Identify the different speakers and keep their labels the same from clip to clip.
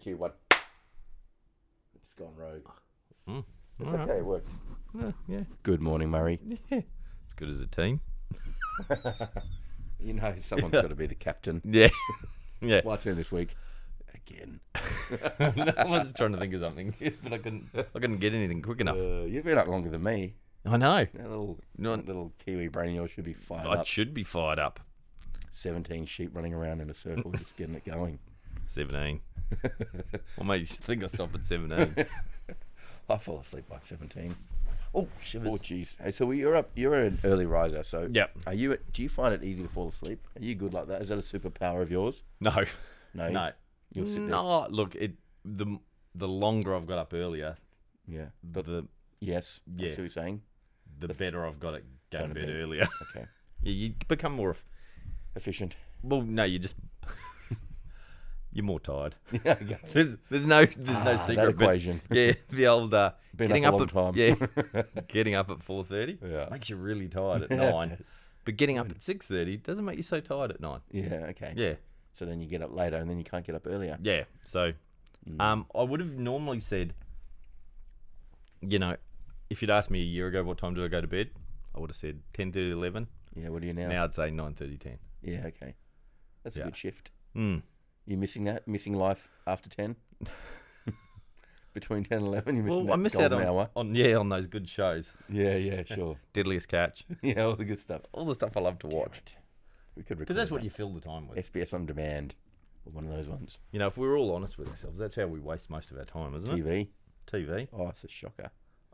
Speaker 1: cube one. It's gone rogue. It's
Speaker 2: All right.
Speaker 1: okay, it worked.
Speaker 2: Yeah, yeah.
Speaker 1: Good morning, Murray.
Speaker 2: Yeah. It's good as a team.
Speaker 1: You know, someone's got to be the captain.
Speaker 2: Yeah. yeah.
Speaker 1: My turn this week. Again.
Speaker 2: I was trying to think of something, but I couldn't. I couldn't get anything quick enough.
Speaker 1: Uh, you've been up longer than me.
Speaker 2: I know.
Speaker 1: That little,
Speaker 2: Not-
Speaker 1: little Kiwi brain of yours should be fired
Speaker 2: I
Speaker 1: up.
Speaker 2: should be fired up.
Speaker 1: 17 sheep running around in a circle, just getting it going.
Speaker 2: Seventeen. Well, mate, you should think I stopped at seventeen.
Speaker 1: I fell asleep by 17.
Speaker 2: oh,
Speaker 1: Oh,
Speaker 2: shivers.
Speaker 1: jeez. Hey, so you're up. You're an early riser, so
Speaker 2: Yep.
Speaker 1: Are you? Do you find it easy to fall asleep? Are you good like that? Is that a superpower of yours?
Speaker 2: No,
Speaker 1: No.
Speaker 2: no,
Speaker 1: You'll sit there.
Speaker 2: no. Look, it the the longer I've got up earlier,
Speaker 1: Yeah. But
Speaker 2: the
Speaker 1: yes.
Speaker 2: Yeah.
Speaker 1: That's what you're saying.
Speaker 2: the better I've got at going
Speaker 1: Going to
Speaker 2: to bed
Speaker 1: bed.
Speaker 2: earlier.
Speaker 1: Okay.
Speaker 2: yeah, you become more. eff-
Speaker 1: Efficient.
Speaker 2: Well, no, you just you're more tired.
Speaker 1: Yeah. Okay.
Speaker 2: There's, there's no there's no
Speaker 1: Ah,
Speaker 2: secret
Speaker 1: that
Speaker 2: but-
Speaker 1: equation.
Speaker 2: yeah, the old uh,
Speaker 1: Been
Speaker 2: getting
Speaker 1: up a long
Speaker 2: at, Yeah, getting up at four thirty
Speaker 1: Yeah.
Speaker 2: makes you really tired at nine, but getting up at six thirty doesn't make you so tired at nine.
Speaker 1: Yeah. Okay.
Speaker 2: Yeah,
Speaker 1: So then you get up later, and then you can't get up earlier.
Speaker 2: yeah. So,
Speaker 1: Mm.
Speaker 2: um, I would have normally said, you know, if you'd asked me a year ago what time did I go to bed, I would have said 10, 11.
Speaker 1: Yeah. What do you now?
Speaker 2: Now I'd say 9, 10.
Speaker 1: Yeah. Okay. That's
Speaker 2: Yeah.
Speaker 1: a good shift.
Speaker 2: Mm.
Speaker 1: You missing that? Missing life after ten? Between ten and eleven, you missing
Speaker 2: Well, I
Speaker 1: that
Speaker 2: miss out
Speaker 1: golden
Speaker 2: on,
Speaker 1: hour.
Speaker 2: on yeah on those good shows,
Speaker 1: Yeah. Yeah. Sure.
Speaker 2: Deadliest Catch,
Speaker 1: yeah. All the good stuff.
Speaker 2: all the stuff I love to watch
Speaker 1: Watched. We could
Speaker 2: because that's what you fill the time with.
Speaker 1: SBS on demand. Or one of those ones.
Speaker 2: You know, if we were all honest with ourselves, that's how we waste most of our time, isn't it?
Speaker 1: TV.
Speaker 2: TV.
Speaker 1: Oh, it's a shocker.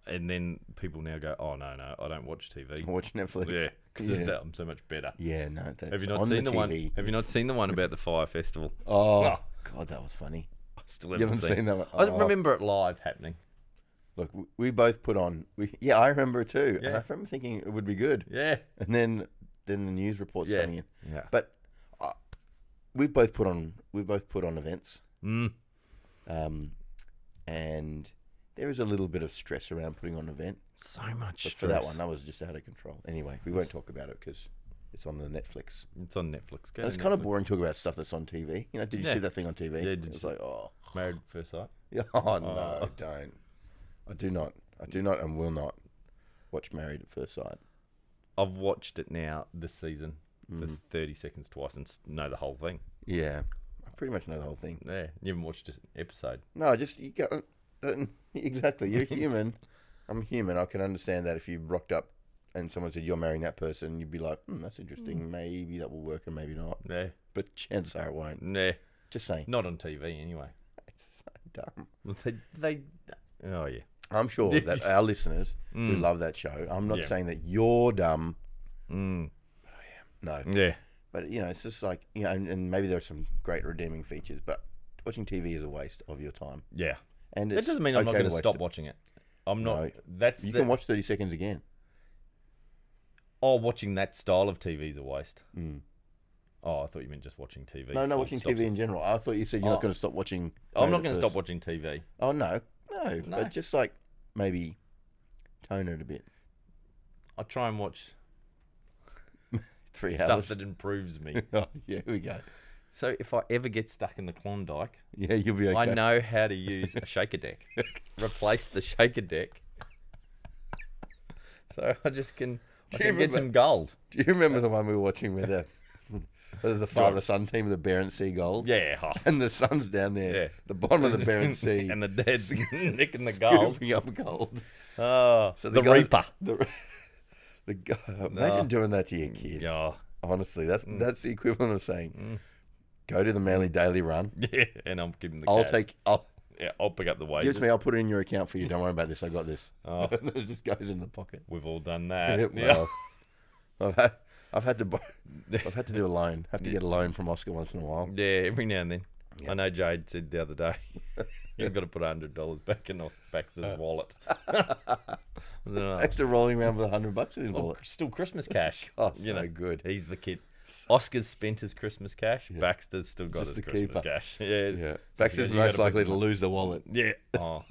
Speaker 2: And then people now go, oh, no, no, I don't watch TV.
Speaker 1: I watch Netflix.
Speaker 2: Yeah, because
Speaker 1: yeah.
Speaker 2: I'm so much better.
Speaker 1: Yeah, no. That's
Speaker 2: Have you not
Speaker 1: on
Speaker 2: seen the,
Speaker 1: the, TV.
Speaker 2: one? Have you not seen the one about the fire festival?
Speaker 1: Oh,
Speaker 2: Ah.
Speaker 1: God, that was funny.
Speaker 2: I still
Speaker 1: You
Speaker 2: haven't,
Speaker 1: haven't seen that one?
Speaker 2: I
Speaker 1: Oh.
Speaker 2: remember it live happening.
Speaker 1: Look, w- we both put on. We, yeah, I remember it too. And
Speaker 2: Yeah.
Speaker 1: I remember thinking it would be good.
Speaker 2: Yeah,
Speaker 1: And then then the news reports
Speaker 2: Yeah.
Speaker 1: coming in.
Speaker 2: yeah.
Speaker 1: But uh, we both put on we both put on events.
Speaker 2: Mm.
Speaker 1: Um, and there is a little bit of stress around putting on an event.
Speaker 2: So much
Speaker 1: But
Speaker 2: stress.
Speaker 1: for that one, that was just out of control. Anyway, we won't talk about it because it's on the Netflix.
Speaker 2: it's on Netflix. Go
Speaker 1: And
Speaker 2: to
Speaker 1: it's kind of
Speaker 2: Netflix.
Speaker 1: boring talking about stuff that's on TV. You know, did you
Speaker 2: Yeah.
Speaker 1: see that thing on TV?
Speaker 2: Yeah, did you
Speaker 1: it's
Speaker 2: see-
Speaker 1: like, oh,
Speaker 2: married at first sight.
Speaker 1: yeah, oh no, don't. I do not. I do not and will not watch Married at First Sight.
Speaker 2: I've watched it now this season for
Speaker 1: Mm.
Speaker 2: 30 seconds twice and s- know the whole thing.
Speaker 1: Yeah, I pretty much know the whole thing.
Speaker 2: Yeah, you haven't watched an episode.
Speaker 1: No, just you got don't- exactly. You're human. I'm human. I can understand that if you rocked up and someone said you're marrying that person, you'd be like, hmm, that's interesting. Maybe that will work and maybe not.
Speaker 2: Yeah,
Speaker 1: But chances are it won't.
Speaker 2: yeah.
Speaker 1: Just saying.
Speaker 2: Not on TV anyway.
Speaker 1: It's so dumb.
Speaker 2: They, they, oh yeah. Mm,
Speaker 1: I'm sure that our listeners who love that show, I'm not
Speaker 2: Hmm. Yeah.
Speaker 1: saying that you're dumb.
Speaker 2: Mm.
Speaker 1: No.
Speaker 2: Yeah.
Speaker 1: But, you know, it's just like, you know, and, and maybe there are some great redeeming features, but watching TV is a waste of your time.
Speaker 2: Yeah.
Speaker 1: And
Speaker 2: That
Speaker 1: it's
Speaker 2: doesn't mean I'm not
Speaker 1: okay
Speaker 2: going to
Speaker 1: waste
Speaker 2: stop
Speaker 1: it.
Speaker 2: watching it. I'm not.
Speaker 1: No.
Speaker 2: That's
Speaker 1: You
Speaker 2: the,
Speaker 1: can watch 30 seconds again.
Speaker 2: Oh, watching that style of TV is a waste.
Speaker 1: Mm.
Speaker 2: Oh, I thought you meant just watching TV.
Speaker 1: No, no,
Speaker 2: Full
Speaker 1: watching
Speaker 2: stop.
Speaker 1: TV in general. I thought you said you're
Speaker 2: Oh.
Speaker 1: not going to stop watching. Married
Speaker 2: I'm not
Speaker 1: at
Speaker 2: going to
Speaker 1: First-
Speaker 2: stop watching TV.
Speaker 1: Oh, no. No.
Speaker 2: No.
Speaker 1: But just like maybe tone it a bit.
Speaker 2: I try and watch
Speaker 1: Three
Speaker 2: stuff
Speaker 1: hours.
Speaker 2: that improves me.
Speaker 1: Oh, yeah, here we go.
Speaker 2: so if I ever get stuck in the Klondike,
Speaker 1: Yeah, you'll be okay.
Speaker 2: I know how to use a shaker deck. Replace the shaker deck. So I just can
Speaker 1: Do you
Speaker 2: I can get
Speaker 1: remember-
Speaker 2: some gold.
Speaker 1: Do you remember the one we were watching with the the father son team of the Barents Sea Gold?
Speaker 2: Yeah. oh,
Speaker 1: And the son's down there,
Speaker 2: Yeah.
Speaker 1: the bottom of the Barents Sea,
Speaker 2: and the dad's nicking the gold.
Speaker 1: scooping up gold.
Speaker 2: Oh,
Speaker 1: So
Speaker 2: the,
Speaker 1: guy-
Speaker 2: Reaper.
Speaker 1: The, the guy, imagine doing that to your kids.
Speaker 2: Yeah. Mm.
Speaker 1: Honestly, that's that's the equivalent of saying, "Go to the Manly Daily Run.
Speaker 2: Yeah. And I'm giving the
Speaker 1: I'll
Speaker 2: cash.
Speaker 1: take. I'll
Speaker 2: yeah, I'll pick up the
Speaker 1: give it
Speaker 2: wages.
Speaker 1: to me. I'll put it in your account for you. Don't worry about this. I got this.
Speaker 2: Oh.
Speaker 1: And it just goes in the pocket.
Speaker 2: We've all done that.
Speaker 1: Yeah,
Speaker 2: Yeah.
Speaker 1: well, I've had, I've had to, borrow- I've had to do a loan. Have to get a loan from Oscar once in a while.
Speaker 2: Yeah, every now and then. I know Jade said the other day, you've got to put hundred dollars back in Os-
Speaker 1: Uh.
Speaker 2: Baxter's wallet. And then I-
Speaker 1: Extra rolling around with a hundred bucks in his wallet.
Speaker 2: Still Christmas cash.
Speaker 1: Oh,
Speaker 2: you
Speaker 1: so
Speaker 2: know,
Speaker 1: good.
Speaker 2: He's the kid. Oscar's spent his Christmas cash. Baxter's still got
Speaker 1: Just
Speaker 2: his
Speaker 1: a
Speaker 2: Christmas
Speaker 1: keeper.
Speaker 2: cash. Yeah.
Speaker 1: Yeah,
Speaker 2: So she
Speaker 1: Baxter's
Speaker 2: goes, "You gotta
Speaker 1: most
Speaker 2: put
Speaker 1: likely
Speaker 2: the-"
Speaker 1: to lose the wallet.
Speaker 2: Yeah. Oh,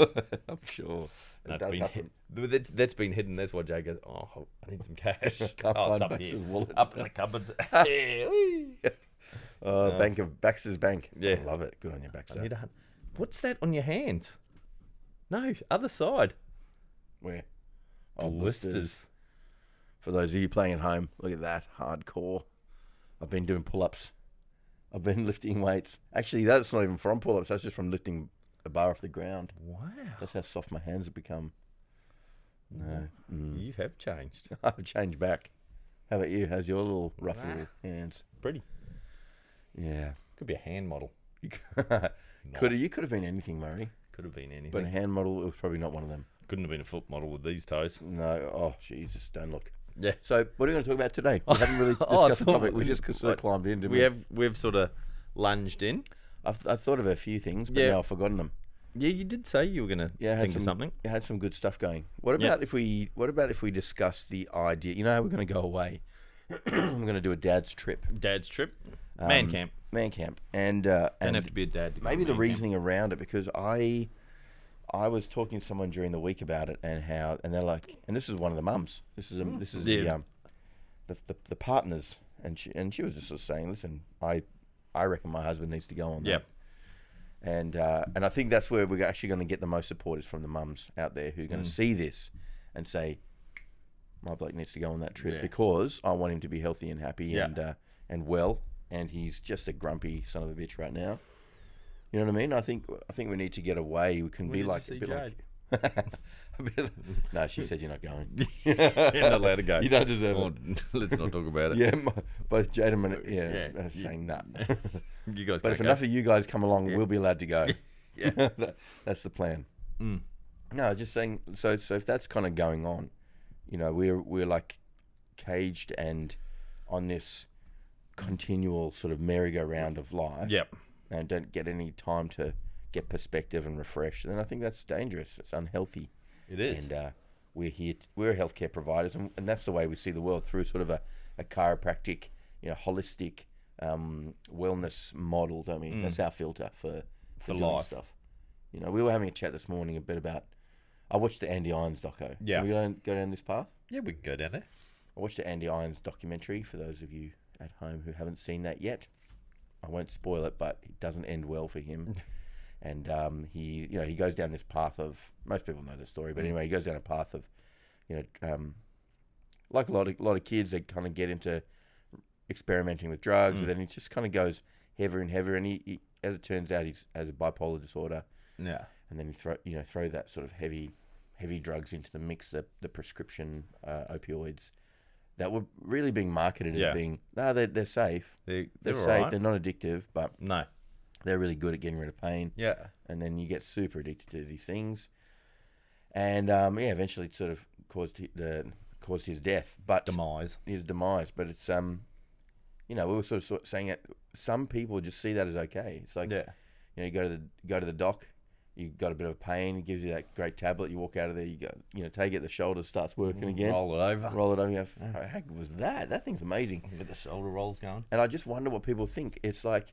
Speaker 1: I'm sure. It
Speaker 2: that's
Speaker 1: does
Speaker 2: been hid.
Speaker 1: happen.
Speaker 2: That's, that's been hidden. That's why Jade goes, oh, I need some cash.
Speaker 1: Can't
Speaker 2: oh,
Speaker 1: find
Speaker 2: it's up
Speaker 1: Baxter's
Speaker 2: here.
Speaker 1: wallet.
Speaker 2: Up in the cupboard. yeah. wee.
Speaker 1: Uh, Bank of Baxter's Bank.
Speaker 2: Yeah.
Speaker 1: I love it. Good on you, Baxter.
Speaker 2: Need a hun- What's that on your hand? No, other side. Oh,
Speaker 1: Where?
Speaker 2: blisters.
Speaker 1: For those of you playing at home, look at that hardcore. I've been doing pull-ups. I've been lifting weights. Actually, that's not even from pull-ups. That's just from lifting a bar off the ground.
Speaker 2: Wow.
Speaker 1: That's how soft my hands have become. No,
Speaker 2: You have changed.
Speaker 1: I've changed back. How about you? How's your little rough
Speaker 2: Nah.
Speaker 1: little hands?
Speaker 2: Pretty.
Speaker 1: Yeah.
Speaker 2: Could be a hand model.
Speaker 1: You could have you could have been anything, Murray.
Speaker 2: Could have been anything.
Speaker 1: But a hand model, it was probably not one of them.
Speaker 2: Couldn't have been a foot model with these toes.
Speaker 1: No. Oh, Jesus, don't look.
Speaker 2: Yeah.
Speaker 1: So, what are we going to talk about today? We haven't really discussed
Speaker 2: Oh, I
Speaker 1: the
Speaker 2: thought
Speaker 1: topic. We
Speaker 2: we-
Speaker 1: just sort of climbed in. didn't
Speaker 2: We have we've sort of lunged in.
Speaker 1: I've, I've thought of a few things, but
Speaker 2: Yeah.
Speaker 1: now I've forgotten them.
Speaker 2: Yeah, you did say you were gonna
Speaker 1: Yeah, I had
Speaker 2: think
Speaker 1: some,
Speaker 2: of something.
Speaker 1: I had some good stuff going. What
Speaker 2: Yeah.
Speaker 1: about if we? What about if we discuss the idea? You know, how we're going to go away. I'm going to do a dad's trip,
Speaker 2: Dad's trip, man
Speaker 1: Um,
Speaker 2: camp.
Speaker 1: man camp, and uh,
Speaker 2: Don't
Speaker 1: and
Speaker 2: have to be a dad. to go
Speaker 1: maybe the
Speaker 2: man camp.
Speaker 1: reasoning around it because I, I was talking to someone during the week about it and how and they're like, and this is one of the mums. This is a, this is the
Speaker 2: Yeah.
Speaker 1: um, the, the the partners, and she and she was just sort of saying, listen, I, I reckon my husband needs to go on. that."
Speaker 2: Yeah.
Speaker 1: and uh, and I think that's where we're actually going to get the most support is from the mums out there who are
Speaker 2: Mm.
Speaker 1: going to see this and say, "My bloke needs to go on that trip
Speaker 2: Yeah.
Speaker 1: because I want him to be healthy and happy
Speaker 2: Yeah.
Speaker 1: and uh, and well, and he's just a grumpy son of a bitch right now." You know what I mean? I think I think we need to get away. We can
Speaker 2: When
Speaker 1: be
Speaker 2: did you
Speaker 1: like a
Speaker 2: see
Speaker 1: bit like.
Speaker 2: Jade?
Speaker 1: a bit like- no, she said you're not going.
Speaker 2: You're not allowed to go.
Speaker 1: You don't deserve
Speaker 2: Well,
Speaker 1: it.
Speaker 2: let's not talk about it.
Speaker 1: Yeah, my, both Jade and Mon- yeah,
Speaker 2: Yeah,
Speaker 1: are
Speaker 2: you-
Speaker 1: saying that.
Speaker 2: You guys.
Speaker 1: But
Speaker 2: But
Speaker 1: if enough of you guys come along, we'll be allowed to go.
Speaker 2: Yeah.
Speaker 1: That- that's the plan. No, just saying. So, so if that's kind of going on, you know, we're we're like caged and on this continual sort of merry-go-round of life,
Speaker 2: Yep.
Speaker 1: and don't get any time to get perspective and refresh. Then I think that's dangerous. It's unhealthy,
Speaker 2: It is.
Speaker 1: and uh, we're here. t we're healthcare providers, and, and that's the way we see the world through sort of a, a chiropractic, you know, holistic um, wellness model. Don't we? That's our filter for for,
Speaker 2: Mm. For
Speaker 1: doing
Speaker 2: life.
Speaker 1: stuff. You know, we were having a chat this morning a bit about. I watched the Andy Irons doco.
Speaker 2: Yeah.
Speaker 1: Can we don't go down this path.
Speaker 2: yeah, we can go down there.
Speaker 1: I watched the Andy Irons documentary for those of you at home who haven't seen that yet. I won't spoil it, but it doesn't end well for him. and um, he, you know, he goes down this path of most people know the story, but anyway, he goes down a path of, you know, um, like a lot of lot of kids, they kind of get into experimenting with drugs, and then he just kind of goes heavier and heavier. And he, he as it turns out, he's has a bipolar disorder
Speaker 2: Yeah.
Speaker 1: and then you throw you know throw that sort of heavy heavy drugs into the mix the the prescription uh, opioids that were really being marketed
Speaker 2: Yeah.
Speaker 1: as being no they're, they're safe
Speaker 2: They're,
Speaker 1: they're,
Speaker 2: they're, all
Speaker 1: safe
Speaker 2: right.
Speaker 1: they're not addictive but
Speaker 2: No.
Speaker 1: they're really good at getting rid of pain
Speaker 2: Yeah.
Speaker 1: and then you get super addicted to these things and um, yeah eventually it sort of caused hi- the caused his death but
Speaker 2: Demise.
Speaker 1: his demise but it's um you know we were sort of, sort of saying that some people just see that as okay it's like
Speaker 2: Yeah.
Speaker 1: you know, you go to the go to the doc, you got a bit of pain, it gives you that great tablet. You walk out of there, you go, you know, take it, the shoulder starts working again. Mm-hmm. Roll,
Speaker 2: Roll it
Speaker 1: it
Speaker 2: over.
Speaker 1: over. You go, "How the heck was that? That thing's amazing.
Speaker 2: Get the shoulder rolls going.
Speaker 1: And I just wonder what people think. It's like,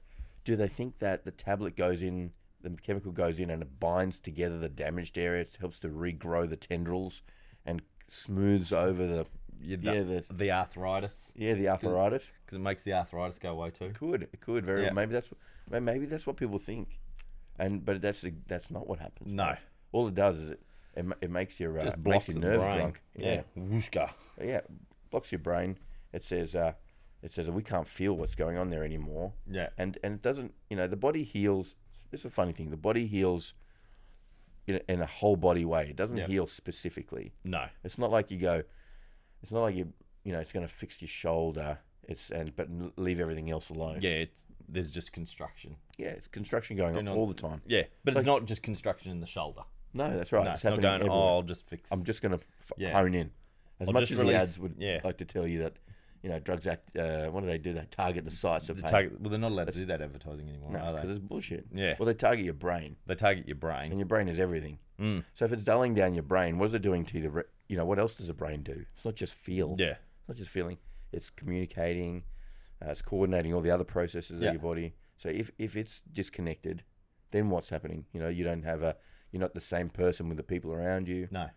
Speaker 1: do they think that the tablet goes in, the chemical goes in, and it binds together the damaged area, it helps to regrow the tendrils, and smooths over the
Speaker 2: Yeah.
Speaker 1: yeah
Speaker 2: The,
Speaker 1: the
Speaker 2: the arthritis.
Speaker 1: yeah the arthritis?
Speaker 2: Because it makes the arthritis go away too.
Speaker 1: Could it could very
Speaker 2: Yeah.
Speaker 1: maybe that's may- maybe that's what people think, and but that's that's not what happens.
Speaker 2: No.
Speaker 1: All it does is it it, ma- it makes your uh,
Speaker 2: Just
Speaker 1: makes
Speaker 2: blocks
Speaker 1: your
Speaker 2: the
Speaker 1: nerves
Speaker 2: brain.
Speaker 1: drunk.
Speaker 2: Yeah. Whooshka.
Speaker 1: yeah, Yeah, blocks your brain. It says uh, it says we can't feel what's going on there anymore,
Speaker 2: Yeah.
Speaker 1: and and it doesn't. You know, the body heals. This is a funny thing. The body heals in a, in a whole body way. It doesn't
Speaker 2: Yeah.
Speaker 1: heal specifically.
Speaker 2: No.
Speaker 1: It's not like you go. It's not like you you know it's going to fix your shoulder. It's and but l- leave everything else alone.
Speaker 2: Yeah. It's there's just construction.
Speaker 1: Yeah, it's construction going on
Speaker 2: Going on.
Speaker 1: all the time.
Speaker 2: Yeah. But it's, not just construction in the shoulder.
Speaker 1: No, that's right.
Speaker 2: no.
Speaker 1: it's
Speaker 2: It's not
Speaker 1: happening
Speaker 2: going.
Speaker 1: everywhere.
Speaker 2: Oh, I'll just fix.
Speaker 1: I'm just going to f-
Speaker 2: Yeah.
Speaker 1: hone in. As
Speaker 2: I'll
Speaker 1: much
Speaker 2: just
Speaker 1: as the
Speaker 2: release-
Speaker 1: ads would
Speaker 2: yeah.
Speaker 1: like to tell you that, you know, drugs act. Uh, what do they do? They target the sites of
Speaker 2: They
Speaker 1: pain.
Speaker 2: target, well, they're not allowed to do that advertising anymore, are
Speaker 1: because
Speaker 2: they?
Speaker 1: it's bullshit.
Speaker 2: Yeah.
Speaker 1: Well, they target your brain,
Speaker 2: They target your brain.
Speaker 1: and your brain is everything. Mm. So if it's dulling down your brain, what is it doing to the? Re- you know, what else does the brain do? It's not just feel.
Speaker 2: Yeah.
Speaker 1: It's not just feeling. It's communicating. Uh, it's coordinating all the other processes
Speaker 2: Yeah.
Speaker 1: of your body. So if, if it's disconnected, then what's happening? You know, you don't have a. You're not the same person with the people around you,
Speaker 2: No.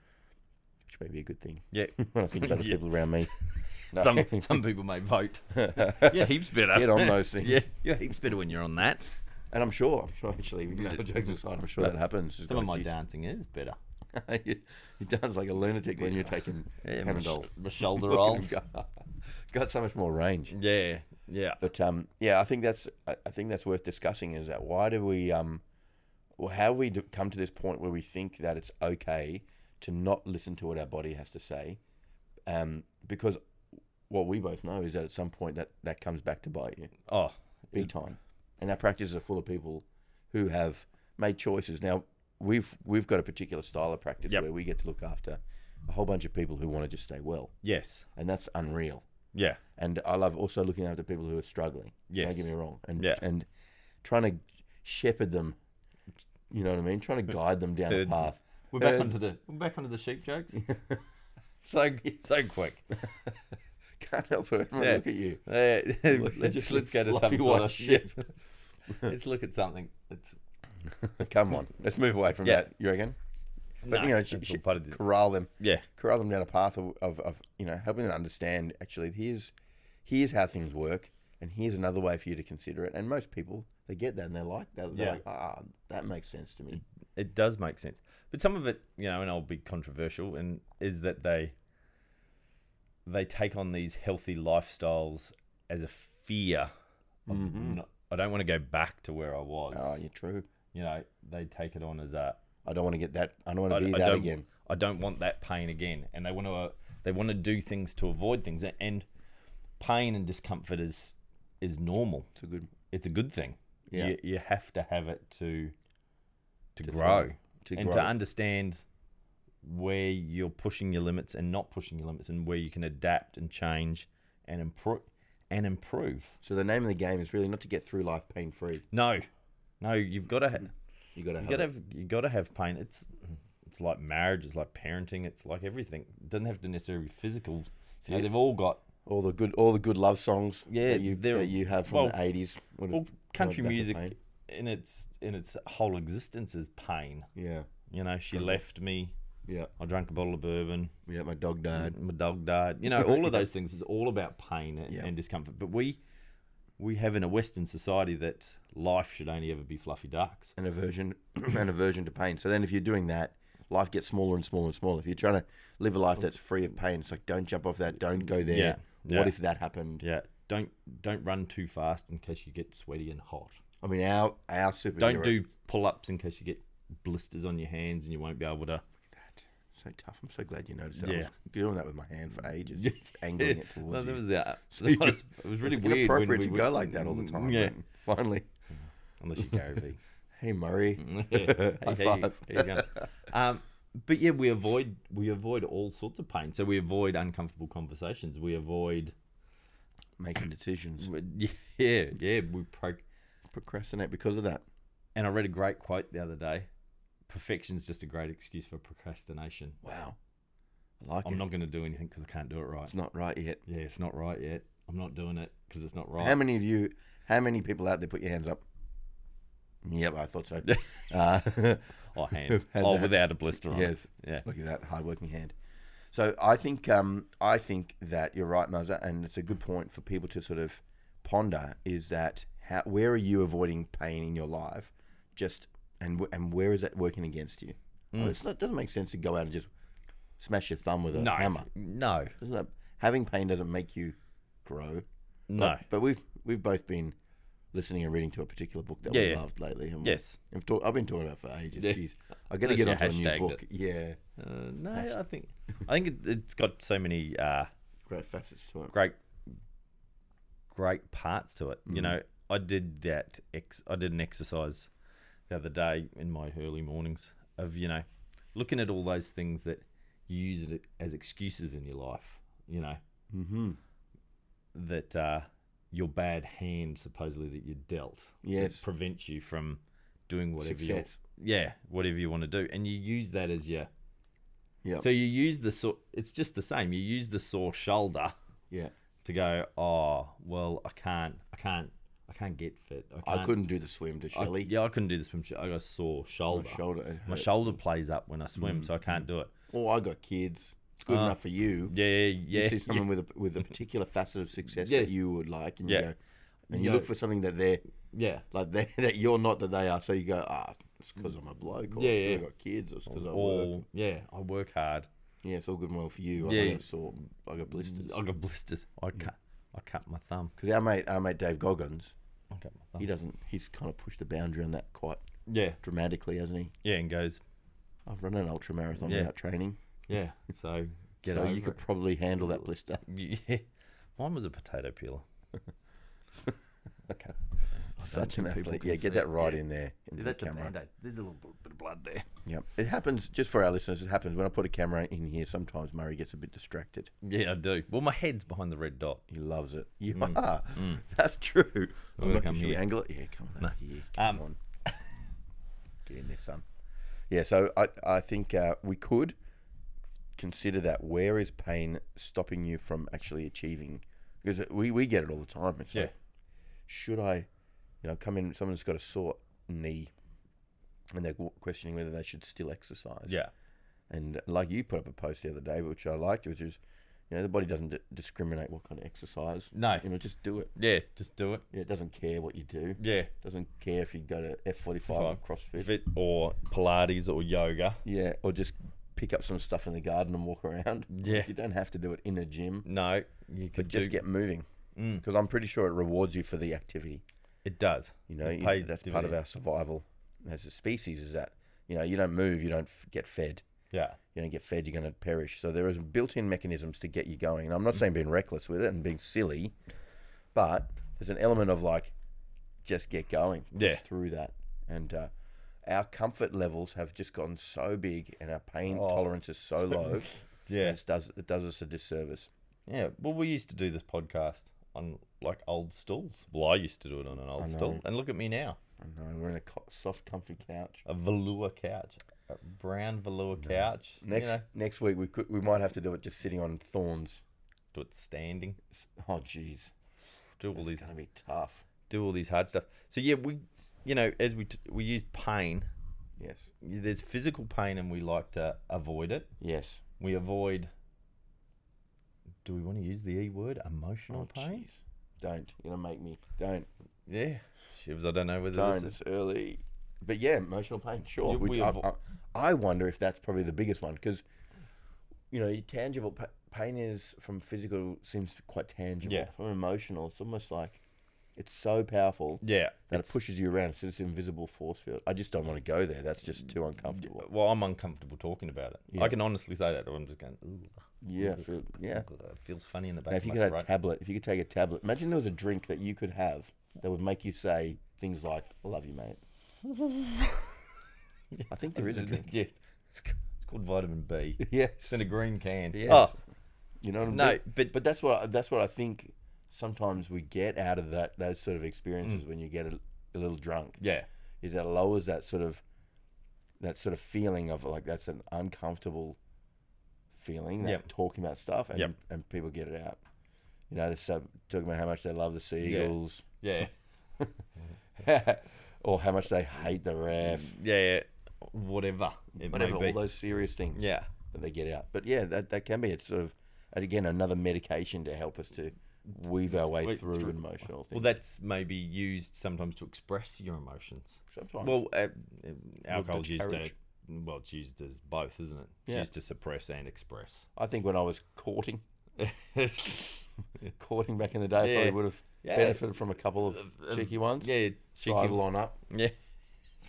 Speaker 1: which may be a good thing.
Speaker 2: Yeah.
Speaker 1: when I think about the
Speaker 2: Yeah.
Speaker 1: people around me. No.
Speaker 2: Some some people may vote. yeah, heaps better.
Speaker 1: Get on those things.
Speaker 2: Yeah, you're heaps better when you're on that.
Speaker 1: And I'm sure, I'm sure actually, you know, jokes aside, I'm sure that happens. Just
Speaker 2: Some of
Speaker 1: go,
Speaker 2: my
Speaker 1: "Jeez."
Speaker 2: dancing is better.
Speaker 1: you, you dance like a lunatic when you're taking
Speaker 2: Yeah, my,
Speaker 1: Panadol.
Speaker 2: Um, sh- my shoulder
Speaker 1: Look at
Speaker 2: rolls.
Speaker 1: him go. Got so much more range.
Speaker 2: Yeah, yeah.
Speaker 1: But um, yeah, I think that's I I think that's worth discussing. Is that why do we um, well, how we d- come to this point where we think that it's okay to not listen to what our body has to say, um, because what we both know is that at some point that that comes back to bite you
Speaker 2: Oh,
Speaker 1: big time, and our practices are full of people who have made choices. Now we've we've got a particular style of practice
Speaker 2: Yep.
Speaker 1: where we get to look after a whole bunch of people who want to just stay well,
Speaker 2: yes.
Speaker 1: and that's unreal
Speaker 2: Yeah,
Speaker 1: and I love also looking after people who are struggling.
Speaker 2: Yes.
Speaker 1: don't get me wrong, and
Speaker 2: Yeah.
Speaker 1: and trying to shepherd them. You know what I mean? Trying to guide them down a
Speaker 2: Herd.
Speaker 1: path.
Speaker 2: we're back
Speaker 1: Uh,
Speaker 2: onto the we're back onto the sheep jokes. so so quick. Uh,
Speaker 1: Can't help it. Everyone
Speaker 2: Yeah.
Speaker 1: Look at you.
Speaker 2: Uh,
Speaker 1: at
Speaker 2: let's
Speaker 1: your
Speaker 2: let's go to
Speaker 1: fluffy
Speaker 2: some sort
Speaker 1: white
Speaker 2: of ship. let's look at something. Let's
Speaker 1: Come on, let's move away from
Speaker 2: Yeah.
Speaker 1: that. You reckon? But
Speaker 2: no,
Speaker 1: you know,
Speaker 2: that's
Speaker 1: sh- sh-
Speaker 2: all part of the,
Speaker 1: corral them,
Speaker 2: yeah,
Speaker 1: corral them down a path of, of, of you know helping them understand. Actually, here's here's how things work, and here's another way for you to consider it. And most people they get that and they're like, they're, they're
Speaker 2: Yeah.
Speaker 1: like, ah, that makes sense to me.
Speaker 2: it does make sense. But some of it, you know, and I'll be controversial, and is that they they take on these healthy lifestyles as a fear. Of not, I don't want to go back to where I was.
Speaker 1: Mm-hmm. Oh, you're true.
Speaker 2: You know, they take it on as a
Speaker 1: I don't want to get that. I don't want
Speaker 2: I,
Speaker 1: to be
Speaker 2: I
Speaker 1: that
Speaker 2: don't,
Speaker 1: again.
Speaker 2: I don't want that pain again. And they want to uh, they want to do things to avoid things. A- And pain and discomfort is is normal.
Speaker 1: It's a good
Speaker 2: It's a good thing.
Speaker 1: Yeah.
Speaker 2: You, you have to have it to to,
Speaker 1: To
Speaker 2: grow
Speaker 1: thrive, to
Speaker 2: and
Speaker 1: grow.
Speaker 2: to understand where you're pushing your limits and not pushing your limits and where you can adapt and change and improve and improve.
Speaker 1: So the name of the game is really not to get through life pain free.
Speaker 2: No. No, you've got to ha-
Speaker 1: You got to
Speaker 2: you
Speaker 1: have.
Speaker 2: got to
Speaker 1: it.
Speaker 2: have you got to have pain. It's it's like marriage, it's like parenting, it's like everything. It doesn't have to necessarily be physical. You know, they've all got
Speaker 1: all the good, all the good love songs.
Speaker 2: Yeah,
Speaker 1: that you
Speaker 2: they're-
Speaker 1: that you have from the
Speaker 2: well-
Speaker 1: eighties.
Speaker 2: well, country music in its in its whole existence is pain.
Speaker 1: Yeah,
Speaker 2: You know, she left me.
Speaker 1: yeah,
Speaker 2: I drank a bottle of bourbon.
Speaker 1: yeah. My dog died.
Speaker 2: My dog died. You know, all of those things is all about pain and,
Speaker 1: Yeah.
Speaker 2: and discomfort. But we we have in a Western society that life should only ever be fluffy ducks.
Speaker 1: An aversion, an aversion to pain. So then, if you're doing that, life gets smaller and smaller and smaller. If you're trying to live a life that's free of pain, it's like don't jump off that, don't go there.
Speaker 2: Yeah, yeah.
Speaker 1: What if that happened?
Speaker 2: Yeah. Don't don't run too fast in case you get sweaty and hot.
Speaker 1: I mean, our our superhero.
Speaker 2: Don't do pull ups in case you get blisters on your hands and you won't be able to.
Speaker 1: So tough. I'm so glad you noticed that. I
Speaker 2: Yeah.
Speaker 1: was doing that with my hand for ages, angling it towards
Speaker 2: No,
Speaker 1: you.
Speaker 2: that was the.
Speaker 1: you-
Speaker 2: that was, it was really
Speaker 1: It's
Speaker 2: weird. when
Speaker 1: inappropriate
Speaker 2: we
Speaker 1: to
Speaker 2: were-
Speaker 1: go like that all the time.
Speaker 2: Yeah.
Speaker 1: but Finally.
Speaker 2: Unless you Gary Vee.
Speaker 1: Hey Murray.
Speaker 2: hey,
Speaker 1: High
Speaker 2: hey,
Speaker 1: five.
Speaker 2: how you going? Um, but yeah, we avoid we avoid all sorts of pain. So we avoid uncomfortable conversations. We avoid
Speaker 1: Making decisions.
Speaker 2: yeah yeah we pro.
Speaker 1: Procrastinate because of that.
Speaker 2: And I read a great quote the other day. Perfection's just a great excuse for procrastination.
Speaker 1: Wow. I like
Speaker 2: I'm
Speaker 1: it.
Speaker 2: not going to do anything because I can't do it right.
Speaker 1: it's not right yet.
Speaker 2: Yeah, it's not right yet. I'm not doing it because it's not right.
Speaker 1: How many of you how many people out there put your hands up? Yep, I thought so. uh,
Speaker 2: oh, hand.
Speaker 1: Had
Speaker 2: oh,
Speaker 1: that.
Speaker 2: without a blister on
Speaker 1: yes.
Speaker 2: it. Yeah.
Speaker 1: Look at that hardworking hand. So I think um, I think that you're right, Muzza, and it's a good point for people to sort of ponder is that how, where are you avoiding pain in your life, just and wh- and where is that working against you?
Speaker 2: Hmm.
Speaker 1: Well, it's not, it doesn't make sense to go out and just smash your thumb with a
Speaker 2: No.
Speaker 1: hammer.
Speaker 2: No.
Speaker 1: Doesn't that, having pain doesn't make you grow.
Speaker 2: No.
Speaker 1: But, but we've we've both been listening and reading to a particular book that
Speaker 2: Yeah,
Speaker 1: we
Speaker 2: yeah.
Speaker 1: loved lately. haven't we?
Speaker 2: Yes.
Speaker 1: I've, talk, I've been talking about it for ages.
Speaker 2: Yeah.
Speaker 1: Jeez, I got to
Speaker 2: Unless
Speaker 1: get
Speaker 2: you
Speaker 1: onto a new
Speaker 2: hashtagged
Speaker 1: book. Yeah.
Speaker 2: Uh, no, I think I think it, it's got so many uh,
Speaker 1: great facets to it.
Speaker 2: great great parts to it.
Speaker 1: Mm.
Speaker 2: You know, I did that ex I did an exercise the other day in my early mornings of, you know, looking at all those things that you use it as excuses in your life, you know,
Speaker 1: Mm-hmm.
Speaker 2: that uh, your bad hand supposedly that you dealt
Speaker 1: Yes.
Speaker 2: that prevents you from doing whatever
Speaker 1: Success.
Speaker 2: you yeah, whatever you want to do. And you use that as your
Speaker 1: Yeah.
Speaker 2: so you use the sore it's just the same. You use the sore shoulder
Speaker 1: yeah.
Speaker 2: to go, oh, well, I can't, I can't, I can't get fit. I,
Speaker 1: I
Speaker 2: can't,
Speaker 1: couldn't do the swim to
Speaker 2: I-
Speaker 1: Shelley.
Speaker 2: yeah, I couldn't do the swim. sh- I got a sore shoulder. My,
Speaker 1: Shoulder. it hurt.
Speaker 2: shoulder plays up when I swim, so I can't do it.
Speaker 1: Oh, I got kids. It's good enough for you.
Speaker 2: Yeah, Uh, yeah,
Speaker 1: you
Speaker 2: yeah.
Speaker 1: see someone with a with a particular facet of success
Speaker 2: Yeah.
Speaker 1: that you would like, and
Speaker 2: Yeah.
Speaker 1: you go, and
Speaker 2: You
Speaker 1: you
Speaker 2: go-
Speaker 1: look for something that they're
Speaker 2: Yeah.
Speaker 1: Like they, that you're not that they are. So you go, ah, it's because I'm a bloke. Or
Speaker 2: Yeah,
Speaker 1: yeah,
Speaker 2: yeah.
Speaker 1: I got kids. Or it's because I work.
Speaker 2: All yeah, I work hard.
Speaker 1: Yeah, it's all good and well for you. I
Speaker 2: Yeah,
Speaker 1: yeah,
Speaker 2: yeah. Mm.
Speaker 1: got sore. I got blisters.
Speaker 2: I got blisters. I
Speaker 1: Mm.
Speaker 2: cut I cut my thumb.
Speaker 1: Because our mate, our mate Dave Goggins,
Speaker 2: I cut my
Speaker 1: he
Speaker 2: thumb.
Speaker 1: doesn't. He's kind of pushed the boundary on that quite
Speaker 2: Yeah.
Speaker 1: dramatically, hasn't he?
Speaker 2: Yeah, and goes,
Speaker 1: I've run an ultra marathon
Speaker 2: Yeah.
Speaker 1: without training,
Speaker 2: yeah. So get
Speaker 1: so
Speaker 2: over
Speaker 1: you could probably handle that blister.
Speaker 2: it. Yeah. Mine was a potato peeler. okay.
Speaker 1: Such an
Speaker 2: think people
Speaker 1: athlete.
Speaker 2: can
Speaker 1: Yeah, get
Speaker 2: see-
Speaker 1: that right
Speaker 2: yeah.
Speaker 1: in there. Into the
Speaker 2: That's a
Speaker 1: camera.
Speaker 2: band aid. eh? There's a little bit of blood there.
Speaker 1: Yep. It happens, just for our listeners, it happens when I put a camera in here. Sometimes Murray gets a bit distracted.
Speaker 2: Yeah, I do. Well, my head's behind the red dot.
Speaker 1: He loves it. You
Speaker 2: Mm.
Speaker 1: are. That's true.
Speaker 2: We're
Speaker 1: I'm
Speaker 2: gonna
Speaker 1: not
Speaker 2: come
Speaker 1: should we
Speaker 2: here.
Speaker 1: angle it? Yeah, come on.
Speaker 2: No.
Speaker 1: over here. Come
Speaker 2: Um,
Speaker 1: on. Get in there, son. Yeah, so I, I think uh, we could consider that. Where is pain stopping you from actually achieving? Because it- we, we get it all the time. It's
Speaker 2: Yeah.
Speaker 1: like, should I, you know, come in, someone's got a sore knee and they're questioning whether they should still exercise.
Speaker 2: Yeah.
Speaker 1: And like you put up a post the other day, which I liked, which is, you know, the body doesn't d- discriminate what kind of exercise.
Speaker 2: No.
Speaker 1: You know, just do it.
Speaker 2: Yeah. Just do it.
Speaker 1: Yeah, it doesn't care what you do.
Speaker 2: Yeah.
Speaker 1: doesn't care if you go to F45 or
Speaker 2: Five.
Speaker 1: CrossFit.
Speaker 2: Fit or Pilates or yoga.
Speaker 1: Yeah, or just pick up some stuff in the garden and walk around.
Speaker 2: Yeah.
Speaker 1: You don't have to do it in a gym,
Speaker 2: No, you
Speaker 1: but
Speaker 2: could
Speaker 1: just
Speaker 2: do.
Speaker 1: get moving.
Speaker 2: Mm.
Speaker 1: Because I'm pretty sure it rewards you for the activity.
Speaker 2: it does.
Speaker 1: You know,
Speaker 2: It
Speaker 1: you-
Speaker 2: pays
Speaker 1: that's part of
Speaker 2: dividends.
Speaker 1: our survival as a species is that, you know, you don't move, you don't f- get fed.
Speaker 2: Yeah.
Speaker 1: you don't get fed, you're going to perish. So there is built-in mechanisms to get you going. And I'm not saying being reckless with it and being silly, but there's an element of like, just get going. Push
Speaker 2: Yeah.
Speaker 1: through that. And uh, our comfort levels have just gotten so big, and our pain
Speaker 2: Oh,
Speaker 1: tolerance is so, low.
Speaker 2: Yeah.
Speaker 1: It does it does us a disservice.
Speaker 2: Yeah. Well, we used to do this podcast on like old stools. Well, I used to do it on an
Speaker 1: I
Speaker 2: old
Speaker 1: know.
Speaker 2: stool. And look at me now
Speaker 1: I know we're in a co- soft, comfy couch.
Speaker 2: a velour couch, a brown velour couch.
Speaker 1: Next
Speaker 2: You know,
Speaker 1: next week we could we might have to do it just sitting on thorns.
Speaker 2: do it standing.
Speaker 1: Oh jeez,
Speaker 2: Do all
Speaker 1: it's
Speaker 2: these
Speaker 1: going to be tough.
Speaker 2: do all these hard stuff. So yeah, we you know as we t- we use pain.
Speaker 1: Yes,
Speaker 2: There's physical pain and we like to avoid it.
Speaker 1: yes.
Speaker 2: We avoid. Do we want to use the e word? Emotional pain.
Speaker 1: Oh, jeez. Don't you're gonna make me don't.
Speaker 2: Yeah. Shivers. I don't know whether
Speaker 1: Don't.
Speaker 2: this is.
Speaker 1: It's early. But yeah, emotional pain. Sure.
Speaker 2: Yeah,
Speaker 1: Which
Speaker 2: we
Speaker 1: I,
Speaker 2: avo-
Speaker 1: I, I wonder if that's probably the biggest one because, you know, your tangible pa- pain is from physical seems quite tangible.
Speaker 2: Yeah.
Speaker 1: From emotional, it's almost like it's so powerful
Speaker 2: Yeah.
Speaker 1: that
Speaker 2: it's-
Speaker 1: it pushes you around. It's this invisible force field. I just don't want to go there. That's just too uncomfortable.
Speaker 2: Well, I'm uncomfortable talking about it. I
Speaker 1: Yeah.
Speaker 2: can honestly say that. or I'm just going. Ooh,
Speaker 1: Yeah. I feel- yeah.
Speaker 2: ugh, it feels funny in the back.
Speaker 1: Now, if you
Speaker 2: of
Speaker 1: could
Speaker 2: my
Speaker 1: have a
Speaker 2: throat.
Speaker 1: tablet, if you could take a tablet, imagine there was a drink that you could have that would make you say things like "I love you, mate." I think there is a drink.
Speaker 2: yeah, it's, ca- it's called vitamin B.
Speaker 1: Yes.
Speaker 2: It's in a green can.
Speaker 1: Yes.
Speaker 2: Oh,
Speaker 1: You know what I mean?
Speaker 2: No, but-
Speaker 1: but that's what I, that's what I think. Sometimes we get out of that those sort of
Speaker 2: Mm.
Speaker 1: experiences when you get a, a little drunk.
Speaker 2: yeah,
Speaker 1: Is that it lowers that sort of that sort of feeling of like that's an uncomfortable feeling. That
Speaker 2: Yep.
Speaker 1: Talking about stuff and
Speaker 2: Yep.
Speaker 1: and people get it out. You know, they're so- talking about how much they love the seagulls,
Speaker 2: yeah,
Speaker 1: or how much they hate the ref,
Speaker 2: yeah. Whatever. Mm, It
Speaker 1: whatever.
Speaker 2: May
Speaker 1: All
Speaker 2: be.
Speaker 1: those serious things.
Speaker 2: yeah.
Speaker 1: that they get out. But yeah, that, that can be it's sort of and again another medication to help us to weave our way
Speaker 2: Wait,
Speaker 1: through,
Speaker 2: through-
Speaker 1: emotional
Speaker 2: Well,
Speaker 1: things.
Speaker 2: that's maybe used sometimes to express your emotions.
Speaker 1: Sometimes.
Speaker 2: Well, uh, uh, alcohol's
Speaker 1: that's
Speaker 2: used to.
Speaker 1: courage.
Speaker 2: Well, it's used as both, isn't it? It's
Speaker 1: Yeah.
Speaker 2: used to suppress and express.
Speaker 1: I think when I was courting, courting back in the day, I
Speaker 2: Yeah.
Speaker 1: probably would have
Speaker 2: Yeah.
Speaker 1: benefited from a couple of cheeky ones.
Speaker 2: yeah,
Speaker 1: sidle on up,
Speaker 2: yeah.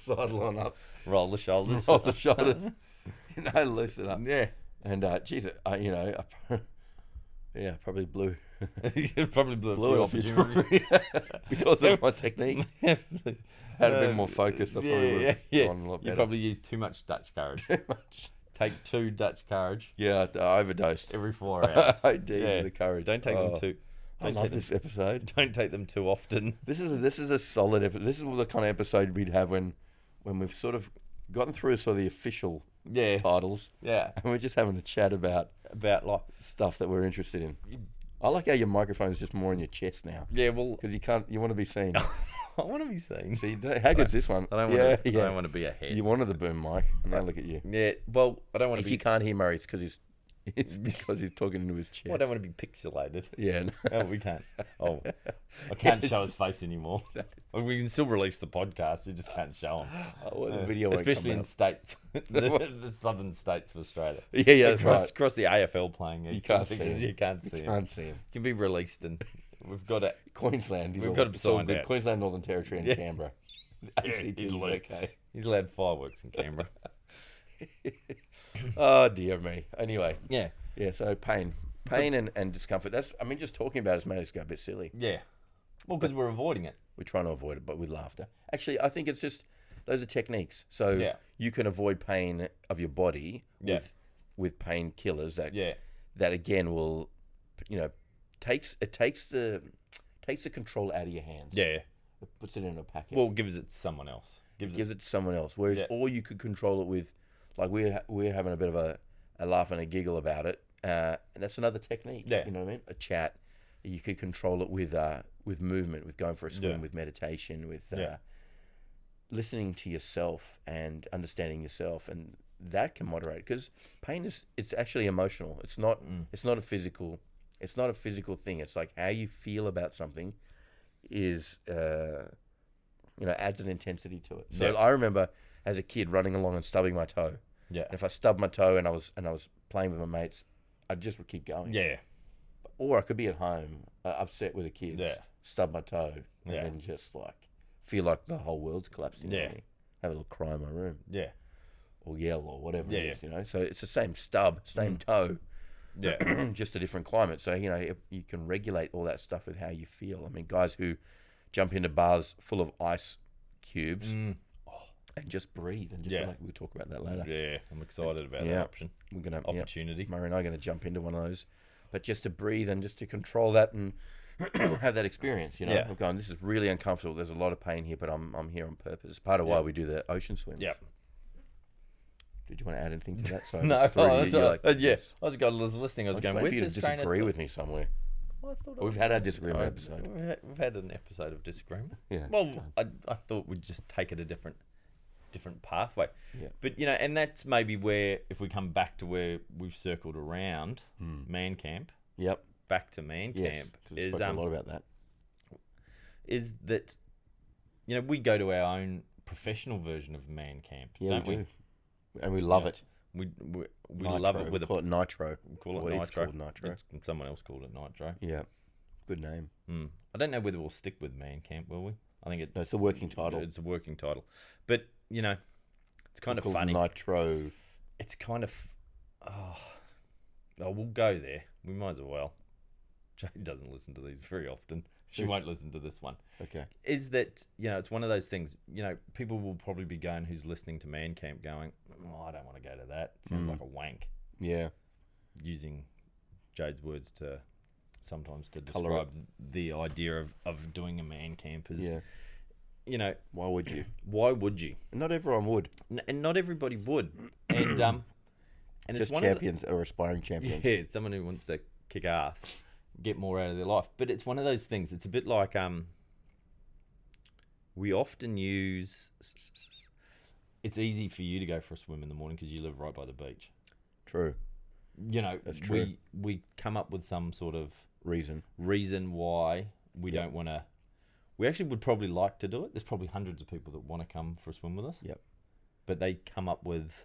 Speaker 1: sidle on up,
Speaker 2: Roll the shoulders.
Speaker 1: off the shoulders, you know, loosen up.
Speaker 2: Yeah.
Speaker 1: And uh, geez, I, you know, I, pro- yeah, probably blew
Speaker 2: You probably blew,
Speaker 1: blew it
Speaker 2: a
Speaker 1: off
Speaker 2: few
Speaker 1: you because of my technique.
Speaker 2: opportunities.
Speaker 1: Had a bit
Speaker 2: Uh,
Speaker 1: more focus, I
Speaker 2: yeah,
Speaker 1: probably would
Speaker 2: yeah,
Speaker 1: have
Speaker 2: yeah.
Speaker 1: gone a lot
Speaker 2: You
Speaker 1: better.
Speaker 2: probably used too much Dutch courage.
Speaker 1: Too much.
Speaker 2: Take two Dutch courage
Speaker 1: Yeah, I- I overdosed.
Speaker 2: every four hours.
Speaker 1: I did
Speaker 2: Yeah.
Speaker 1: the courage.
Speaker 2: Don't take
Speaker 1: Oh,
Speaker 2: them too.
Speaker 1: I
Speaker 2: Don't
Speaker 1: love
Speaker 2: take, them,
Speaker 1: this episode.
Speaker 2: don't take them too often.
Speaker 1: This is a, this is a solid episode. This is the kind of episode we'd have when when we've sort of gotten through sort of the official
Speaker 2: Yeah,
Speaker 1: titles
Speaker 2: yeah.
Speaker 1: and we're just having a chat about
Speaker 2: About like
Speaker 1: stuff that we're interested in. I like how your microphone's just more in your chest now
Speaker 2: yeah. Well,
Speaker 1: because you can't you want to be seen.
Speaker 2: I want to be seen.
Speaker 1: See, don't- how good's this one?
Speaker 2: I don't
Speaker 1: yeah,
Speaker 2: want to.
Speaker 1: yeah.
Speaker 2: I don't want to be ahead.
Speaker 1: you wanted the boom mic. Now look at you.
Speaker 2: yeah. Well, I don't want
Speaker 1: If
Speaker 2: to be.
Speaker 1: you can't hear Murray, it's because his is because he's talking into his chest.
Speaker 2: Well, I don't want to be pixelated.
Speaker 1: Yeah, no.
Speaker 2: Oh, we can't. Oh, I can't show his face anymore. Well, We can still release the podcast. You just can't show him,
Speaker 1: Oh, the video won't
Speaker 2: especially
Speaker 1: come
Speaker 2: in
Speaker 1: out.
Speaker 2: states, the, the southern states of Australia.
Speaker 1: Yeah, yeah, that's
Speaker 2: across,
Speaker 1: right.
Speaker 2: across the AFL playing, you
Speaker 1: can't see him.
Speaker 2: You can't see him.
Speaker 1: Can't see him.
Speaker 2: Can be released, and we've got it.
Speaker 1: Queensland. He's
Speaker 2: We've
Speaker 1: all,
Speaker 2: got him
Speaker 1: it's all
Speaker 2: signed
Speaker 1: good.
Speaker 2: out.
Speaker 1: Queensland, Northern Territory, and
Speaker 2: Yeah.
Speaker 1: Canberra.
Speaker 2: Yeah,
Speaker 1: ACT
Speaker 2: he's
Speaker 1: is
Speaker 2: loose.
Speaker 1: okay.
Speaker 2: He's allowed fireworks in Canberra.
Speaker 1: Oh dear me. Anyway,
Speaker 2: yeah,
Speaker 1: yeah. So pain, pain, and, and discomfort. That's. I mean, just talking about it's made us go a bit silly.
Speaker 2: yeah. Well, because we're avoiding it.
Speaker 1: We're trying to avoid it, but with laughter. Actually, I think it's just those are techniques. So
Speaker 2: Yeah.
Speaker 1: you can avoid pain of your body
Speaker 2: Yeah.
Speaker 1: with with painkillers that
Speaker 2: Yeah,
Speaker 1: that again will, you know, takes it takes the takes the control out of your hands.
Speaker 2: yeah.
Speaker 1: It puts it in a packet.
Speaker 2: Well, gives it to someone else. Gives it.
Speaker 1: gives it to someone else. Whereas,
Speaker 2: Yeah.
Speaker 1: or you could control it with, like we're ha- we're having a bit of a, a laugh and a giggle about it, uh, and that's another technique.
Speaker 2: Yeah.
Speaker 1: you know what I mean. A chat, you could control it with uh, with movement, with going for a swim,
Speaker 2: Yeah.
Speaker 1: with meditation, with uh,
Speaker 2: Yeah.
Speaker 1: listening to yourself and understanding yourself, and that can moderate because pain is it's actually emotional. It's not
Speaker 2: Mm.
Speaker 1: it's not a physical. It's not a physical thing. It's like how you feel about something is uh, you know adds an intensity to it. So
Speaker 2: Yeah.
Speaker 1: I remember as a kid running along and stubbing my toe.
Speaker 2: Yeah,
Speaker 1: And if I stubbed my toe and I was and I was playing with my mates, I just would keep going.
Speaker 2: yeah.
Speaker 1: Or I could be at home uh, upset with the kids,
Speaker 2: Yeah.
Speaker 1: stub my toe, and
Speaker 2: Yeah.
Speaker 1: then just like feel like the whole world's collapsing. on
Speaker 2: Yeah.
Speaker 1: me. Have a little cry in my room
Speaker 2: Yeah,
Speaker 1: or yell or whatever
Speaker 2: Yeah,
Speaker 1: it
Speaker 2: yeah. Mm.
Speaker 1: is, you know. So it's the same stub, same toe,
Speaker 2: yeah,
Speaker 1: just a different climate. So you know if you can regulate all that stuff with how you feel. I mean, guys who jump into baths full of ice cubes
Speaker 2: Mm.
Speaker 1: and just breathe and just
Speaker 2: Yeah.
Speaker 1: like we'll talk about that later.
Speaker 2: yeah. I'm excited about
Speaker 1: Yeah.
Speaker 2: that option
Speaker 1: We're gonna yeah,
Speaker 2: opportunity.
Speaker 1: Murray and I are gonna jump into one of those, but just to breathe and just to control that and have that experience. You know,
Speaker 2: Yeah.
Speaker 1: I'm going. This is really uncomfortable. There's a lot of pain here, but I'm I'm here on purpose. It's part of why
Speaker 2: Yeah.
Speaker 1: we do the ocean swims.
Speaker 2: Yeah.
Speaker 1: Did you want to add anything to that? Sorry,
Speaker 2: No,
Speaker 1: I just threw
Speaker 2: oh,
Speaker 1: you.
Speaker 2: that's
Speaker 1: You're
Speaker 2: all-
Speaker 1: like,
Speaker 2: uh, yeah. I was, I was listening. I was
Speaker 1: I'm
Speaker 2: going.
Speaker 1: just waiting
Speaker 2: Where's
Speaker 1: for you
Speaker 2: this
Speaker 1: to
Speaker 2: train of
Speaker 1: disagree
Speaker 2: thought?"
Speaker 1: with me somewhere.
Speaker 2: Well, I thought I
Speaker 1: We've
Speaker 2: was-
Speaker 1: had our disagreement
Speaker 2: I-
Speaker 1: episode.
Speaker 2: We've had, we've had an episode of disagreement.
Speaker 1: Yeah.
Speaker 2: Well, I, I thought we'd just take it a different different pathway.
Speaker 1: Yeah.
Speaker 2: But you know, and that's maybe where if we come back to where we've circled around man camp,
Speaker 1: Yep.
Speaker 2: back to man
Speaker 1: Hmm. Yes.
Speaker 2: camp
Speaker 1: 'cause we
Speaker 2: is
Speaker 1: spoke a lot
Speaker 2: um,
Speaker 1: about that.
Speaker 2: is that you know we go to our own professional version of man camp,
Speaker 1: Yeah,
Speaker 2: don't
Speaker 1: we do. And we love it.
Speaker 2: we? We, we
Speaker 1: Nitro.
Speaker 2: love it with
Speaker 1: we
Speaker 2: a
Speaker 1: call it nitro.
Speaker 2: we call it
Speaker 1: Well,
Speaker 2: nitro.
Speaker 1: It's called nitro.
Speaker 2: It's- someone else called it nitro.
Speaker 1: Yeah. Good name.
Speaker 2: Mm. I don't know whether we'll stick with man camp, will we? I think it
Speaker 1: No, it's the working title.
Speaker 2: It's a working title, but you know, it's kind of
Speaker 1: called
Speaker 2: funny.
Speaker 1: Nitro.
Speaker 2: It's kind of, oh, oh, we'll go there. We might as well. Jade doesn't listen to these very often. She won't listen to this one.
Speaker 1: Okay.
Speaker 2: Is that you know? It's one of those things. You know, people will probably be going who's listening to Man Camp, going, oh, I don't want to go to that. sounds
Speaker 1: Hmm.
Speaker 2: like a wank.
Speaker 1: Yeah.
Speaker 2: Using Jade's words to sometimes to
Speaker 1: Colour it.
Speaker 2: describe the idea of, of doing a man camp is
Speaker 1: Yeah.
Speaker 2: you know
Speaker 1: Why would you?
Speaker 2: why would you
Speaker 1: Not everyone would.
Speaker 2: N- and not everybody would. And um, and
Speaker 1: Just
Speaker 2: it's one
Speaker 1: champions or aspiring
Speaker 2: Of the,
Speaker 1: champions.
Speaker 2: yeah, it's someone who wants to kick ass, get more out of their life. But it's one of those things. It's a bit like um, we often use. It's easy for you to go for a swim in the morning because you live right by the beach.
Speaker 1: True.
Speaker 2: You know,
Speaker 1: That's true.
Speaker 2: we we come up with some sort of
Speaker 1: Reason.
Speaker 2: reason why we don't want to. We actually would probably like to do it. There's probably hundreds of people that want to come for a swim with us.
Speaker 1: Yep.
Speaker 2: But they come up with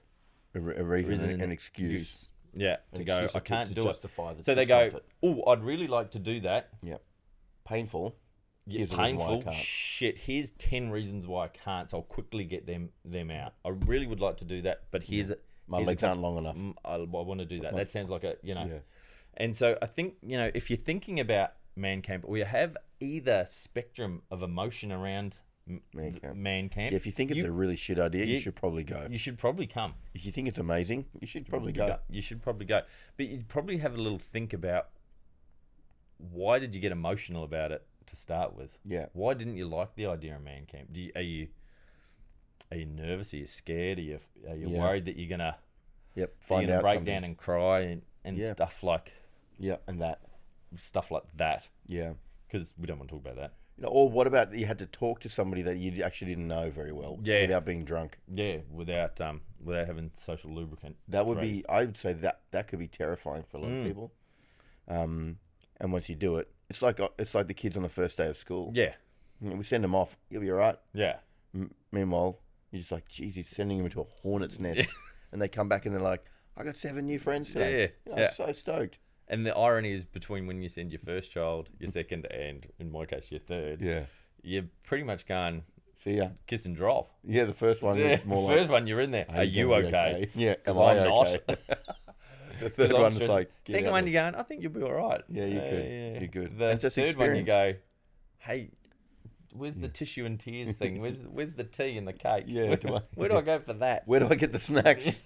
Speaker 1: A, re- a reason,
Speaker 2: Reason
Speaker 1: and an
Speaker 2: and
Speaker 1: excuse.
Speaker 2: Yeah, to
Speaker 1: An
Speaker 2: go,
Speaker 1: excuse
Speaker 2: I can't
Speaker 1: to
Speaker 2: do it.
Speaker 1: justify The
Speaker 2: So they go,
Speaker 1: discomfort.
Speaker 2: oh, I'd really like to do that.
Speaker 1: Yep. Painful.
Speaker 2: Yeah,
Speaker 1: Here's the reason why I
Speaker 2: painful.
Speaker 1: can't.
Speaker 2: Shit, here's 10 reasons why I can't. So I'll quickly get them them out. I really would like to do that, but here's it.
Speaker 1: My legs aren't long enough.
Speaker 2: Mm, I, want to do that. That sounds like a, you know.
Speaker 1: Yeah.
Speaker 2: And so I think, you know, if you're thinking about man camp or you have either spectrum of emotion around m-
Speaker 1: Man camp.
Speaker 2: man camp,
Speaker 1: If you think it's
Speaker 2: you,
Speaker 1: a really shit idea, you,
Speaker 2: you-
Speaker 1: should probably go.
Speaker 2: you should probably come.
Speaker 1: if you think it's amazing, you should probably
Speaker 2: You,
Speaker 1: go.
Speaker 2: go- you should probably go. But you'd probably have a little think about why did you get emotional about it to start with?
Speaker 1: Yeah.
Speaker 2: Why didn't you like the idea of man camp? Do you, are you are you nervous? Are you scared? Are you are you
Speaker 1: Yeah.
Speaker 2: worried that you're gonna,
Speaker 1: Yep.
Speaker 2: you're
Speaker 1: Find
Speaker 2: gonna
Speaker 1: out
Speaker 2: break
Speaker 1: something.
Speaker 2: down and cry and, and
Speaker 1: Yeah.
Speaker 2: stuff like
Speaker 1: Yeah, and that.
Speaker 2: stuff like that?
Speaker 1: Yeah.
Speaker 2: Because we don't want to talk about that.
Speaker 1: You know, or what about you had to talk to somebody that you actually didn't know very well
Speaker 2: Yeah.
Speaker 1: without being drunk?
Speaker 2: Yeah, without um, without having social lubricant.
Speaker 1: That would
Speaker 2: Right.
Speaker 1: be, I would say that that could be terrifying for a lot
Speaker 2: Mm.
Speaker 1: of people. Um, and once you do it, it's like uh, it's like the kids on the first day of school.
Speaker 2: Yeah,
Speaker 1: You know, We send them off, you'll be all right.
Speaker 2: yeah,
Speaker 1: M- meanwhile, you're just like, geez, he's sending him into a hornet's nest. And they come back and they're like, I got seven new friends today.
Speaker 2: yeah,
Speaker 1: You know,
Speaker 2: yeah.
Speaker 1: I'm so stoked.
Speaker 2: And the irony is between when you send your first child, your second, and in my case, your third.
Speaker 1: Yeah.
Speaker 2: You're pretty much going
Speaker 1: See ya.
Speaker 2: kiss and drop.
Speaker 1: Yeah, the first one
Speaker 2: Yeah,
Speaker 1: is more like,
Speaker 2: first one you're in there. Are you
Speaker 1: gonna
Speaker 2: okay?
Speaker 1: be Yeah, am
Speaker 2: 'Cause
Speaker 1: I
Speaker 2: I'm not.
Speaker 1: okay? the
Speaker 2: 'Cause
Speaker 1: third
Speaker 2: I'm
Speaker 1: one is
Speaker 2: stressed.
Speaker 1: like, get
Speaker 2: second
Speaker 1: out
Speaker 2: one
Speaker 1: there.
Speaker 2: you're going. I think you'll be all right.
Speaker 1: Yeah, you're
Speaker 2: Uh,
Speaker 1: good. You're good.
Speaker 2: The
Speaker 1: And it's just
Speaker 2: third one you go.
Speaker 1: experience.
Speaker 2: Hey, where's the tissue and tears thing? Where's where's the tea and the cake?
Speaker 1: Yeah,
Speaker 2: where,
Speaker 1: do I-
Speaker 2: where do I go for that?
Speaker 1: Where do I get the snacks?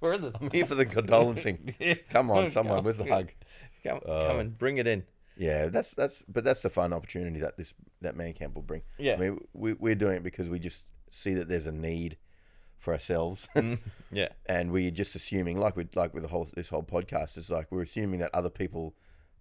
Speaker 2: Where are the
Speaker 1: I'm here for the condolencing.
Speaker 2: Yeah.
Speaker 1: Come on,
Speaker 2: Come
Speaker 1: someone, where's the
Speaker 2: on.
Speaker 1: hug?
Speaker 2: Come,
Speaker 1: Uh,
Speaker 2: come and bring it in.
Speaker 1: Yeah, that's that's but that's the fun opportunity that this that man camp will bring.
Speaker 2: Yeah.
Speaker 1: I mean, we we're doing it because we just see that there's a need for ourselves,
Speaker 2: Mm. yeah.
Speaker 1: and we're just assuming, like we like with the whole this whole podcast, it's like we're assuming that other people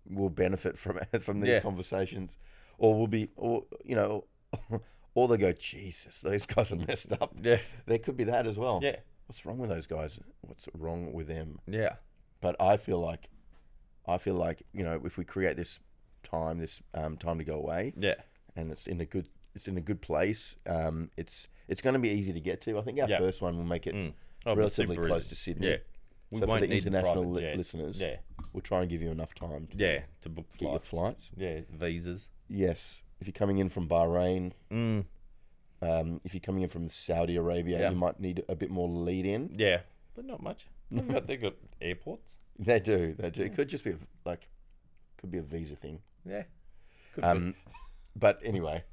Speaker 1: will benefit from from these
Speaker 2: Yeah.
Speaker 1: conversations, or will be, or you know, or they go, Jesus, those guys are messed up.
Speaker 2: Yeah.
Speaker 1: There could be that as well.
Speaker 2: Yeah.
Speaker 1: What's wrong with those guys? What's wrong with them?
Speaker 2: Yeah.
Speaker 1: but I feel like I feel like you know if we create this time, this um, time to go away,
Speaker 2: Yeah.
Speaker 1: and it's in a good it's in a good place. Um, it's it's going to be easy to get to. I think our
Speaker 2: Yeah.
Speaker 1: first one will make it
Speaker 2: Mm. Oh, but
Speaker 1: relatively
Speaker 2: super
Speaker 1: close
Speaker 2: easy.
Speaker 1: to Sydney.
Speaker 2: Yeah. We
Speaker 1: so
Speaker 2: won't
Speaker 1: for the
Speaker 2: need
Speaker 1: international
Speaker 2: private
Speaker 1: li-
Speaker 2: jet.
Speaker 1: listeners,
Speaker 2: Yeah.
Speaker 1: we'll try and give you enough time to
Speaker 2: Yeah. To book
Speaker 1: get your
Speaker 2: flights.
Speaker 1: flights.
Speaker 2: Yeah. Visas.
Speaker 1: Yes, if you're coming in from Bahrain,
Speaker 2: Mm.
Speaker 1: um, if you're coming in from Saudi Arabia,
Speaker 2: Yeah.
Speaker 1: you might need a bit more lead in.
Speaker 2: Yeah. But not much. They've got, they've got airports.
Speaker 1: They do, they do. It could just be a, like could be a visa thing.
Speaker 2: Yeah. Could
Speaker 1: Um, but anyway,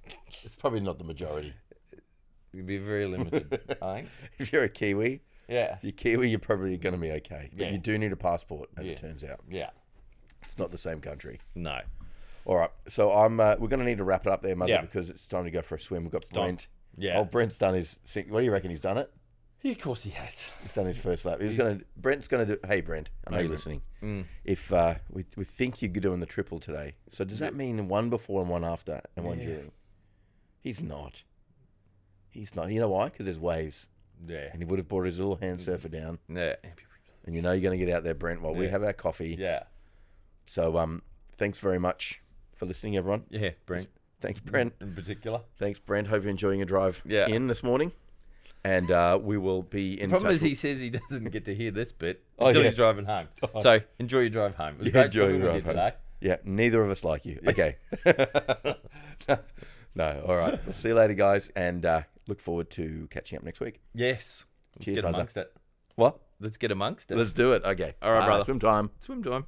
Speaker 1: it's probably not the majority. Uh,
Speaker 2: be. It'd be very limited. I think.
Speaker 1: If you're a Kiwi,
Speaker 2: Yeah.
Speaker 1: if you're Kiwi, you're probably going to be okay. But
Speaker 2: Yeah.
Speaker 1: you do need a passport, as
Speaker 2: Yeah.
Speaker 1: it turns out.
Speaker 2: Yeah.
Speaker 1: It's not the same country.
Speaker 2: No.
Speaker 1: All right, so I'm. Uh, we're going to need to wrap it up there, mother,
Speaker 2: Yeah.
Speaker 1: because it's time to go for a swim. We've got
Speaker 2: time.
Speaker 1: Brent.
Speaker 2: Yeah.
Speaker 1: Oh, Brent's done his. sing- What do you reckon? He's done it.
Speaker 2: Yeah, of course he has.
Speaker 1: He's done his first lap. He's going to. Brent's going to do. Hey, Brent. I know you're listening.
Speaker 2: Mm.
Speaker 1: If uh, we we think you're doing the triple today, so does that mean one before and one after and one
Speaker 2: Yeah.
Speaker 1: during? He's not. He's not. You know why? Because there's waves.
Speaker 2: Yeah.
Speaker 1: and he would have brought his little
Speaker 2: Mm.
Speaker 1: hand surfer down.
Speaker 2: Yeah.
Speaker 1: And you know you're going to get out there, Brent, while we
Speaker 2: Yeah.
Speaker 1: have our coffee.
Speaker 2: Yeah.
Speaker 1: So um, thanks very much for listening, everyone.
Speaker 2: Yeah. Brent
Speaker 1: Thanks, Brent.
Speaker 2: in particular.
Speaker 1: Thanks, Brent. Hope you're enjoying your drive
Speaker 2: Yeah.
Speaker 1: in this morning. And uh, we will be in
Speaker 2: The problem
Speaker 1: touch.
Speaker 2: is he says he doesn't get to hear this bit
Speaker 1: Oh,
Speaker 2: until
Speaker 1: yeah. Oh.
Speaker 2: he's driving home. So enjoy your drive home. It was great
Speaker 1: enjoy
Speaker 2: talking
Speaker 1: your
Speaker 2: with
Speaker 1: drive
Speaker 2: you
Speaker 1: home. yeah, neither of us like you. Okay. no, all right. We'll see you later, guys, and uh, look forward to catching up next week.
Speaker 2: today. Yes. Let's
Speaker 1: Cheers,
Speaker 2: get
Speaker 1: Buzzer.
Speaker 2: amongst it.
Speaker 1: What?
Speaker 2: Let's get amongst it.
Speaker 1: Let's do it. Okay.
Speaker 2: All right,
Speaker 1: Bye.
Speaker 2: brother.
Speaker 1: Swim time.
Speaker 2: Swim time.